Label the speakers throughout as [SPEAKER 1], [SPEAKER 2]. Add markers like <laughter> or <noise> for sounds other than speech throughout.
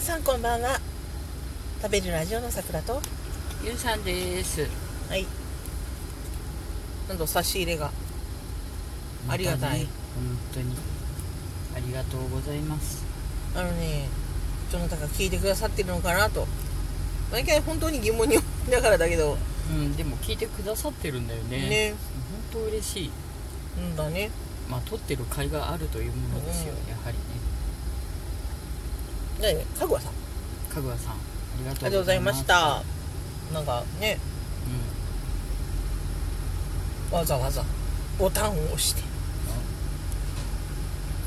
[SPEAKER 1] さんこんばんは食べるラジオの桜と
[SPEAKER 2] ゆうさんです。
[SPEAKER 1] はいなんと差し入れがありがたい
[SPEAKER 2] まね本当に。ありがとうございます。
[SPEAKER 1] あのねどなたか聞いてくださってるのかなと毎回本当に疑問に思いながらだけど
[SPEAKER 2] うん、でも聞いてくださってるんだよね。
[SPEAKER 1] ね
[SPEAKER 2] 本当嬉しい。
[SPEAKER 1] うんだね
[SPEAKER 2] まあ、撮ってる甲斐があるというものですよ、
[SPEAKER 1] うん
[SPEAKER 2] やはりね。
[SPEAKER 1] だねかぐわさんあ
[SPEAKER 2] かぐわさん、ありが
[SPEAKER 1] り
[SPEAKER 2] と
[SPEAKER 1] が
[SPEAKER 2] う
[SPEAKER 1] とう
[SPEAKER 2] ご
[SPEAKER 1] ござ
[SPEAKER 2] ざい
[SPEAKER 1] い
[SPEAKER 2] ま。
[SPEAKER 1] ますしたなんかねわざわざボタンを押して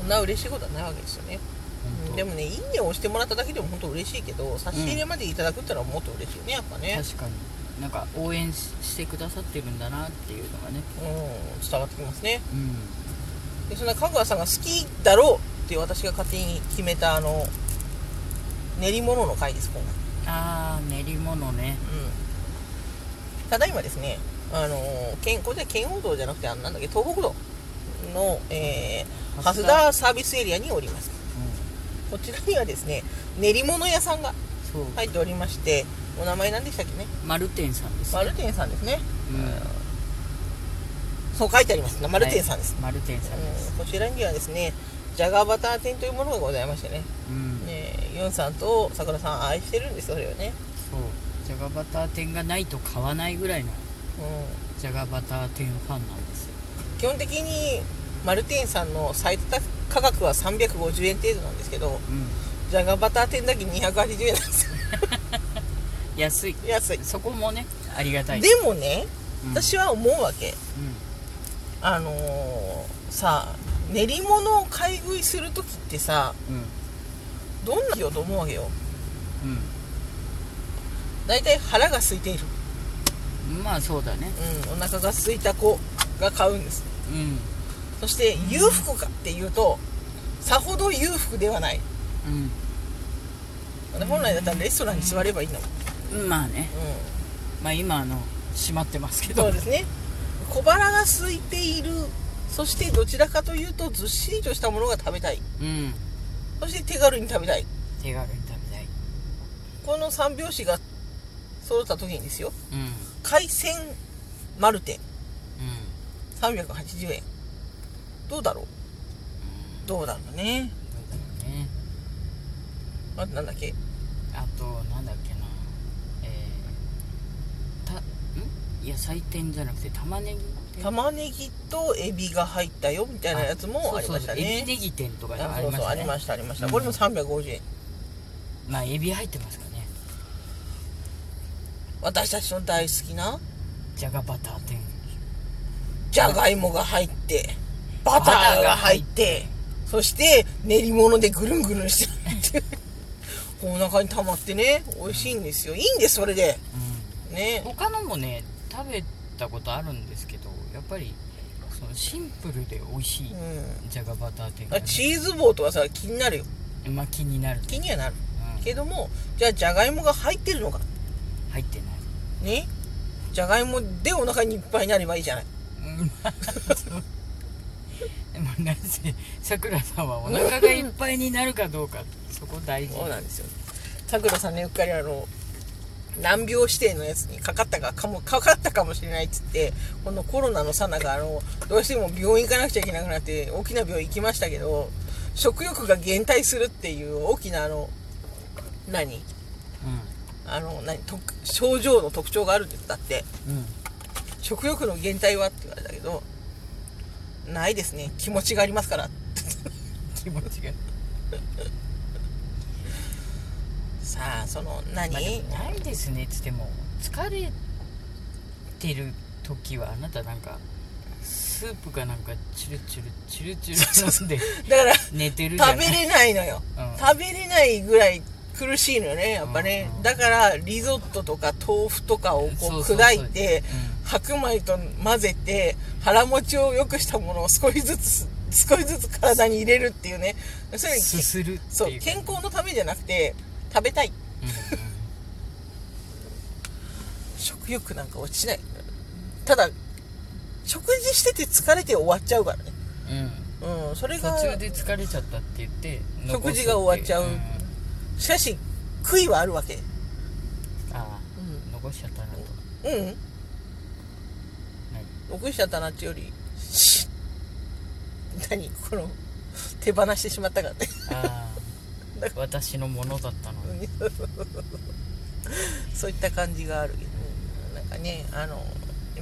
[SPEAKER 1] こんな嬉しいことはないわけですよね
[SPEAKER 2] うん、
[SPEAKER 1] うん
[SPEAKER 2] 本当
[SPEAKER 1] でもね「いいね」を押してもらっただけでも本当嬉しいけど差し入れまでいただくったらもっと嬉しいよねやっぱね、
[SPEAKER 2] 確かに。なんか応援ししてくださってるんだなっていうのがね。
[SPEAKER 1] うん、伝わってきますね
[SPEAKER 2] うん。
[SPEAKER 1] でそんな香川さんが好きだろうっていう私が勝手に決めたあの練り物の回です今回、
[SPEAKER 2] ああ、練り物ね。
[SPEAKER 1] うん、ただいまですねあの県これで県央道じゃなくてあのなんだっけ東北道の、えー、蓮
[SPEAKER 2] うん。
[SPEAKER 1] 田サービスエリアにおりますこちらにはですね練り物屋さんが
[SPEAKER 2] そう。
[SPEAKER 1] 入っておりましてお名前何でしたっけね
[SPEAKER 2] マルテンさんです。
[SPEAKER 1] マルテンさんですね
[SPEAKER 2] うん。
[SPEAKER 1] そう書いてありますマルテンさんです、
[SPEAKER 2] マルテンさんです。
[SPEAKER 1] うんこちらにはですねジャガーバター店というものがございましてね
[SPEAKER 2] うん。
[SPEAKER 1] ねえヨンさんとさくらさん愛してるんですよそれはね
[SPEAKER 2] そうジャガバター店がないと買わないぐらいの
[SPEAKER 1] う
[SPEAKER 2] ジャガバター店ファンなんですよ
[SPEAKER 1] ん基本的にマルテンさんの最高価格は350円程度なんですけど
[SPEAKER 2] う
[SPEAKER 1] ジャガバター店だけ280円なんですよ
[SPEAKER 2] ん安い
[SPEAKER 1] 安い、
[SPEAKER 2] そこもねありがたい
[SPEAKER 1] でもね
[SPEAKER 2] うん
[SPEAKER 1] 私は思うわけ
[SPEAKER 2] う
[SPEAKER 1] あのーさ練り物を買い食いする時ってさ
[SPEAKER 2] ん
[SPEAKER 1] どんな日よと思うわけよ
[SPEAKER 2] うん
[SPEAKER 1] 大体腹が空いている、
[SPEAKER 2] うんまあそうだね
[SPEAKER 1] うん、お腹が空いた子が買うんです
[SPEAKER 2] うん
[SPEAKER 1] そして裕福かっていうとさほど裕福ではない本来だったらレストランに座ればいいんだもん、
[SPEAKER 2] うんまあねまあ今あの閉まってますけど
[SPEAKER 1] そうですね小腹が空いているそしてどちらかというとずっしりとしたものが食べたい
[SPEAKER 2] うん
[SPEAKER 1] そして手軽に食べたい
[SPEAKER 2] 手軽に食べたい
[SPEAKER 1] この三拍子が揃った時にですよ
[SPEAKER 2] うんうん
[SPEAKER 1] 海鮮マルテン380円どうだろうどうだろうね
[SPEAKER 2] そうだよね
[SPEAKER 1] あとなんだっけ
[SPEAKER 2] あとなんだっけなえーたん野菜店じゃなくて玉ねぎ店
[SPEAKER 1] 玉ねぎとエビが入ったよみたいなやつもありました
[SPEAKER 2] そうそうそうエ
[SPEAKER 1] ね
[SPEAKER 2] ビネギ店とかね
[SPEAKER 1] あ
[SPEAKER 2] あ
[SPEAKER 1] そ
[SPEAKER 2] り
[SPEAKER 1] う
[SPEAKER 2] ま
[SPEAKER 1] そうありま
[SPEAKER 2] し
[SPEAKER 1] したありました、
[SPEAKER 2] うん
[SPEAKER 1] これも350円
[SPEAKER 2] たねまあエビ入ってますからね
[SPEAKER 1] 私たちの大好きな
[SPEAKER 2] じゃがバター店
[SPEAKER 1] じゃがいもが入ってバターが入ってそして練り物でぐるんぐるんして <laughs> るっていうお腹に溜まってね美味しいんですよいいんですそれでね
[SPEAKER 2] 他のもね食べたことあるんですけどやっぱりそのシンプルで美味しい
[SPEAKER 1] うん
[SPEAKER 2] じゃがバター店が
[SPEAKER 1] あ
[SPEAKER 2] ね、
[SPEAKER 1] チーズ棒とはさ気になるよ
[SPEAKER 2] まあ気になる、
[SPEAKER 1] 気にはなる
[SPEAKER 2] うん
[SPEAKER 1] けどもじゃあじゃがいもが入ってるのか
[SPEAKER 2] 入ってない
[SPEAKER 1] ねじゃがいもでお腹にいっぱいになればいいじゃない
[SPEAKER 2] うん <laughs> まあそうでもなぜさくらさんはお腹がいっぱいになるかどうかそこ大事
[SPEAKER 1] そうなんですよさくらさんねうっかりあの難病指定のやつにかかったかかもかかったかもしれないっつってこのコロナのさなかあのどうしても病院行かなくちゃいけなくなって大きな病院行きましたけど食欲が減退するっていう大きなあの何あの何特症状の特徴があるって言ったって
[SPEAKER 2] うんうん
[SPEAKER 1] 食欲の減退はって言われたけどないですね気持ちがありますから
[SPEAKER 2] 気持ちが
[SPEAKER 1] さあその何、
[SPEAKER 2] まあでもないですねっつっても疲れてる時はあなたなんかスープかなんかチュルチュルチュルチュル飲んで
[SPEAKER 1] だから
[SPEAKER 2] 寝てるじゃ
[SPEAKER 1] 食
[SPEAKER 2] な
[SPEAKER 1] べ
[SPEAKER 2] い
[SPEAKER 1] れないのよ
[SPEAKER 2] うん
[SPEAKER 1] 食べれないぐらい苦しいのよねやっぱね、
[SPEAKER 2] うん
[SPEAKER 1] だからリゾットとか豆腐とかを
[SPEAKER 2] そ
[SPEAKER 1] こう
[SPEAKER 2] うそうそう
[SPEAKER 1] 砕いて白米と混ぜて腹持ちを良くしたものを少しずつ少しずつ体に入れるっていうねそれ
[SPEAKER 2] うんすするって
[SPEAKER 1] そう
[SPEAKER 2] いうか
[SPEAKER 1] 健康のためじゃなくて食べたい食欲なんか落ちないただ食事してて疲れて終わっちゃうからね
[SPEAKER 2] うんうんうん
[SPEAKER 1] うんそれ
[SPEAKER 2] 途
[SPEAKER 1] が
[SPEAKER 2] 中で疲れちゃったって言って
[SPEAKER 1] 食事が終わっちゃう
[SPEAKER 2] 残すってい
[SPEAKER 1] しかし悔いはあるわけう
[SPEAKER 2] あ
[SPEAKER 1] ん
[SPEAKER 2] あ残しちゃったなと
[SPEAKER 1] うん
[SPEAKER 2] 何
[SPEAKER 1] 残しちゃったなってよりし何この手放してし <laughs> まったからね
[SPEAKER 2] ああ私のものだったのに
[SPEAKER 1] そういった感じがあるけど、うんなんかねあの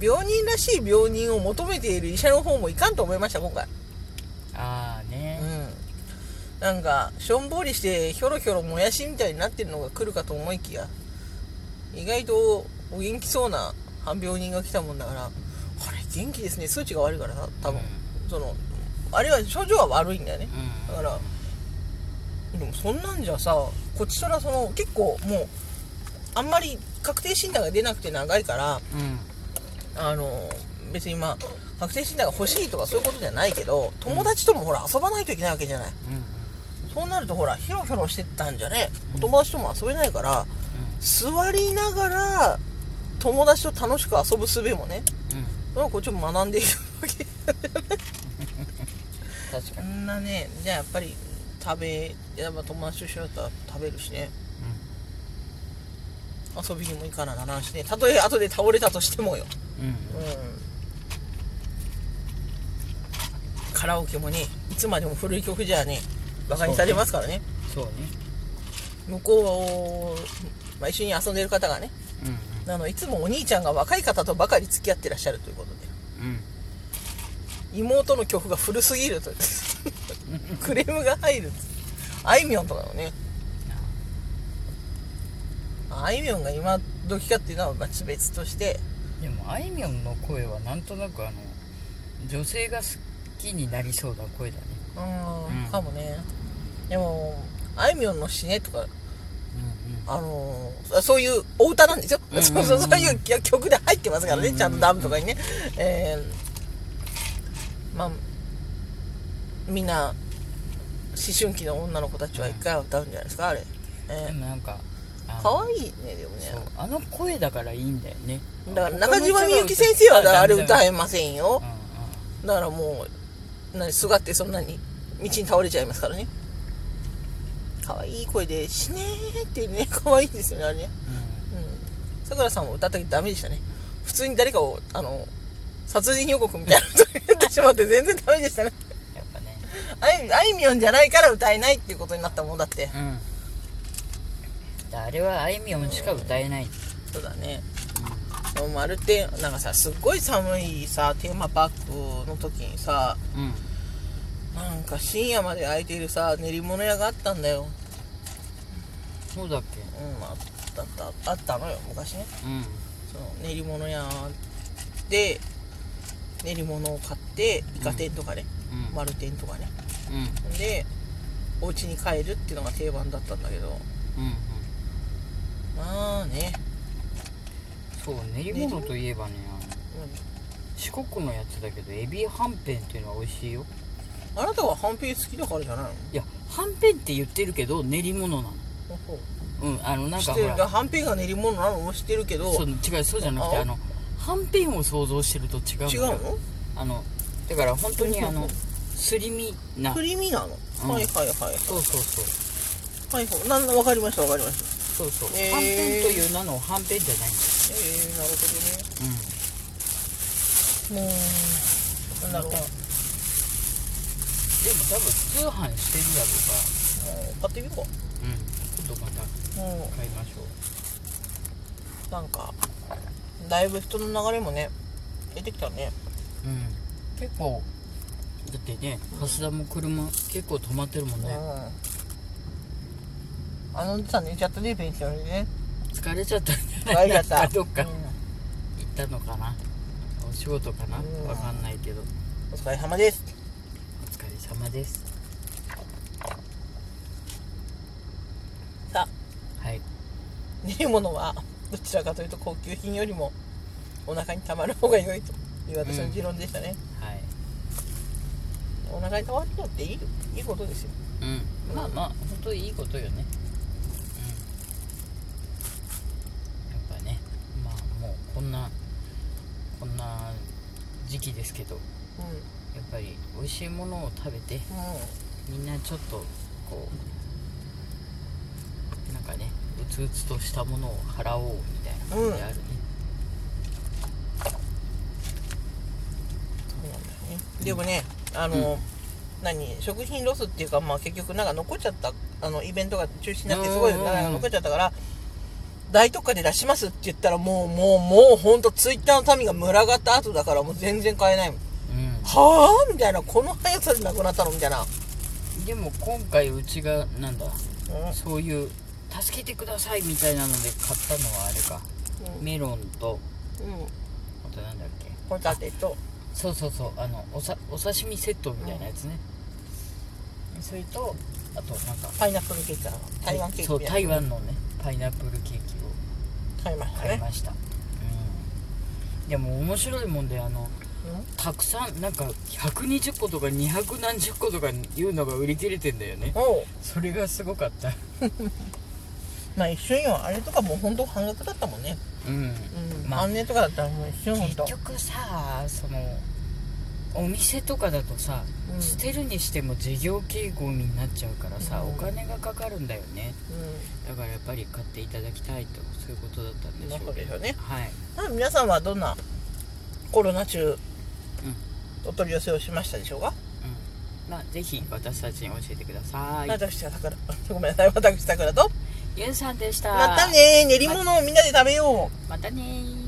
[SPEAKER 1] 病人らしい病人を求めている医者の方もいかんと思いました今回
[SPEAKER 2] ああね
[SPEAKER 1] うん、なんかしょんぼりしてひょろひょろもやしみたいになってるのが来るかと思いきや意外とお元気そうな半病人が来たもんだからあれ元気ですね数値が悪いからな多分、そのあれは症状は悪いんだよね
[SPEAKER 2] うん、
[SPEAKER 1] だからでもそんなんじゃさこっちとらその結構もうあんまり確定診断が出なくて長いから
[SPEAKER 2] うん
[SPEAKER 1] あの別にまあ確定診断が欲しいとかそういうことじゃないけど友達ともほら遊ばないといけないわけじゃない
[SPEAKER 2] うんうん
[SPEAKER 1] そうなるとほらひょろひょろしてたんじゃねお友達とも遊べないから座りながら友達と楽しく遊ぶ術もね
[SPEAKER 2] うんうん
[SPEAKER 1] なんかこっちも学んでいるわけ
[SPEAKER 2] 確か
[SPEAKER 1] そ
[SPEAKER 2] に、
[SPEAKER 1] んなねじゃあやっぱり食べやっぱ友達と一緒だったら食べるしね遊びにも行かなならんしねたとえ後で倒れたとしてもよ
[SPEAKER 2] うんうん、
[SPEAKER 1] うんカラオケもねいつまでも古い曲じゃねバカにされますからね
[SPEAKER 2] そうね
[SPEAKER 1] 向こうを、まあ、一緒に遊んでる方がね
[SPEAKER 2] うん
[SPEAKER 1] あのいつもお兄ちゃんが若い方とばかり付き合ってらっしゃるということで
[SPEAKER 2] うん
[SPEAKER 1] 妹の曲が古すぎると <laughs> クレームが入るあいみょんとかのねあいみょんが今時かっていうのは別々として
[SPEAKER 2] でもあいみょんの声はなんとなくあの女性が好きになりそうな声だね
[SPEAKER 1] うー
[SPEAKER 2] うんん
[SPEAKER 1] かもねでもあいみょんの死ねとか
[SPEAKER 2] うん
[SPEAKER 1] あのーそういうお歌なんですよ、
[SPEAKER 2] うんうんうん
[SPEAKER 1] そうそうそういう曲で入ってますからね、
[SPEAKER 2] うんうんうん
[SPEAKER 1] ちゃんとダムとかにね、えーまあみんな思春期の女の子たちは一回は歌うんじゃないですかあれ、
[SPEAKER 2] うんで
[SPEAKER 1] え
[SPEAKER 2] もなんかあ
[SPEAKER 1] ー、
[SPEAKER 2] の
[SPEAKER 1] かわいいねでもね
[SPEAKER 2] そうあの声だからいいんだよね
[SPEAKER 1] だから中島みゆき先生はだからあれ歌
[SPEAKER 2] え
[SPEAKER 1] えませんよ
[SPEAKER 2] うんうん
[SPEAKER 1] だからもう何すがってそんなに道に倒れちゃいますからね可愛い声で「死ねー」ってね可愛いですよねあれねうんさくらさんも歌った時ダメでしたね普通に誰かをあの殺人予告みたいなこと言ってしまって全然ダメでしたね
[SPEAKER 2] やっぱね
[SPEAKER 1] あいあいみょんじゃないから歌えないっていうことになったもんだって
[SPEAKER 2] うんだあれはあいみょんしか歌えない、
[SPEAKER 1] そうだねそうまるってなんかさすっごい寒いさテーマパークの時にさ
[SPEAKER 2] うん
[SPEAKER 1] なんか深夜まで開いているさ練り物屋があったんだよ
[SPEAKER 2] そうだっ
[SPEAKER 1] うんあったあったあったのよ昔ね
[SPEAKER 2] けうん
[SPEAKER 1] その練り物屋で練り物を買ってイカ天とかね、
[SPEAKER 2] うん
[SPEAKER 1] 丸天とかね
[SPEAKER 2] うんうん
[SPEAKER 1] でお家に帰るっていうのが定番だったんだけど
[SPEAKER 2] うん
[SPEAKER 1] まあね
[SPEAKER 2] そう練り物といえばねあの
[SPEAKER 1] う
[SPEAKER 2] 四国のやつだけどエビはんぺんっていうのは美味しいよ
[SPEAKER 1] んあなたははんぺん好きだからじゃないの
[SPEAKER 2] いやはんぺんって言ってるけど練り物なのうんあのなん
[SPEAKER 1] 知
[SPEAKER 2] か
[SPEAKER 1] っ
[SPEAKER 2] ほ
[SPEAKER 1] てるだ
[SPEAKER 2] ら
[SPEAKER 1] はんぺんが練り物なのも知ってるけど
[SPEAKER 2] そう違うそうじゃなくて
[SPEAKER 1] あ
[SPEAKER 2] あのはんぺんを想像してると違う
[SPEAKER 1] 違う
[SPEAKER 2] のよ
[SPEAKER 1] の
[SPEAKER 2] あのだから本当にあ
[SPEAKER 1] そう
[SPEAKER 2] の
[SPEAKER 1] そ
[SPEAKER 2] すり身な
[SPEAKER 1] クリーミーなの、
[SPEAKER 2] うん
[SPEAKER 1] はいはいはい
[SPEAKER 2] そうそうそう
[SPEAKER 1] はいはいなんわかりましたわかりました
[SPEAKER 2] そうそう
[SPEAKER 1] へー
[SPEAKER 2] はんぺんという名のはんぺんじゃないんだ
[SPEAKER 1] えー、なるほ
[SPEAKER 2] う
[SPEAKER 1] どね
[SPEAKER 2] ん
[SPEAKER 1] もうなんだろうなも
[SPEAKER 2] でも多分通販してるだろう
[SPEAKER 1] う
[SPEAKER 2] か
[SPEAKER 1] 買ってみようから
[SPEAKER 2] うん今度また
[SPEAKER 1] も
[SPEAKER 2] 買いましょう
[SPEAKER 1] うなんかだいぶ人の流れもね出てきたね
[SPEAKER 2] うん結構だってね蓮田も車結構止まってるもんね
[SPEAKER 1] うんあのおじさん寝ちゃったねベンチの上でね
[SPEAKER 2] 疲れちゃったんじゃな
[SPEAKER 1] バ
[SPEAKER 2] い
[SPEAKER 1] イだっ
[SPEAKER 2] か
[SPEAKER 1] た
[SPEAKER 2] どっか
[SPEAKER 1] う
[SPEAKER 2] 行
[SPEAKER 1] ん
[SPEAKER 2] ったのかなお仕事かな
[SPEAKER 1] うん
[SPEAKER 2] わかんないけど
[SPEAKER 1] お疲れ様です。
[SPEAKER 2] お疲れ様です
[SPEAKER 1] さあ、
[SPEAKER 2] はい
[SPEAKER 1] 練り物はどちらかというと高級品よりもお腹にたまる方が良いという私の持論でしたね。
[SPEAKER 2] はい
[SPEAKER 1] お腹にたまるのっていいいいことですよ。
[SPEAKER 2] うんまあまあ本当にいいことよねうんやっぱねまあもうこんなこんな時期ですけどや
[SPEAKER 1] うん。うん。
[SPEAKER 2] っぱり美味しいものを食べてみんなちょっとこうなんかねうつうつとしたものを払おうみたいな感じであるね、
[SPEAKER 1] そうなんだよねでもねあの、何食品ロスっていうか、まあ、結局なんか残っちゃったあのイベントが中止になってすごい
[SPEAKER 2] うんうんう
[SPEAKER 1] な
[SPEAKER 2] ん
[SPEAKER 1] んか残っちゃったから大特価で出しますって言ったらもうもうもうほんとツイッターの民が群がった後だからもう全然買えないもん
[SPEAKER 2] うん
[SPEAKER 1] はあみたいなこの速さでなくなったのみたいな、
[SPEAKER 2] でも今回うちがなんだ
[SPEAKER 1] う
[SPEAKER 2] そういう助けてくださいみたいなので買ったのはあれか
[SPEAKER 1] ん
[SPEAKER 2] メロンと
[SPEAKER 1] うんうん、
[SPEAKER 2] あとなんだっけ
[SPEAKER 1] ホタテと
[SPEAKER 2] そうそうそうあのおさお刺身セットみたいなやつね、それとあとなんか
[SPEAKER 1] パイナップルケーキだな台湾ケーキ
[SPEAKER 2] そう
[SPEAKER 1] みたい
[SPEAKER 2] 台湾のねパイナップルケーキを
[SPEAKER 1] な買いました
[SPEAKER 2] 買い
[SPEAKER 1] ね
[SPEAKER 2] ました、うんでも面白いもんであのたくさんなんか120個とか200何十個とかいうのが売り切れてんだよね
[SPEAKER 1] うんおう
[SPEAKER 2] それがすごかった
[SPEAKER 1] まあ一瞬よあれとかもうほんと半額だったもんね
[SPEAKER 2] うん
[SPEAKER 1] うん、
[SPEAKER 2] まあ
[SPEAKER 1] あんねとかだったらもう一瞬ほん
[SPEAKER 2] 結
[SPEAKER 1] と
[SPEAKER 2] 局さそのお店とかだとさ、
[SPEAKER 1] うん
[SPEAKER 2] 捨てるにしても事業傾向になっちゃうからさ、
[SPEAKER 1] うん
[SPEAKER 2] お金がかかるんだよね
[SPEAKER 1] うん
[SPEAKER 2] だからやっぱり買っていただきたいとそういうことだったんでし
[SPEAKER 1] そ
[SPEAKER 2] ょ
[SPEAKER 1] う
[SPEAKER 2] う
[SPEAKER 1] でしょうね、
[SPEAKER 2] はい
[SPEAKER 1] まあ、皆さんはどんなコロナ中、お取り寄せをしましたでしょうか、
[SPEAKER 2] うんまあぜひ私たちに教えてください
[SPEAKER 1] 私は桜ごめんなさい私桜と
[SPEAKER 2] ゆうさんでした
[SPEAKER 1] またね練り物をみんなで食べよう、
[SPEAKER 2] またねー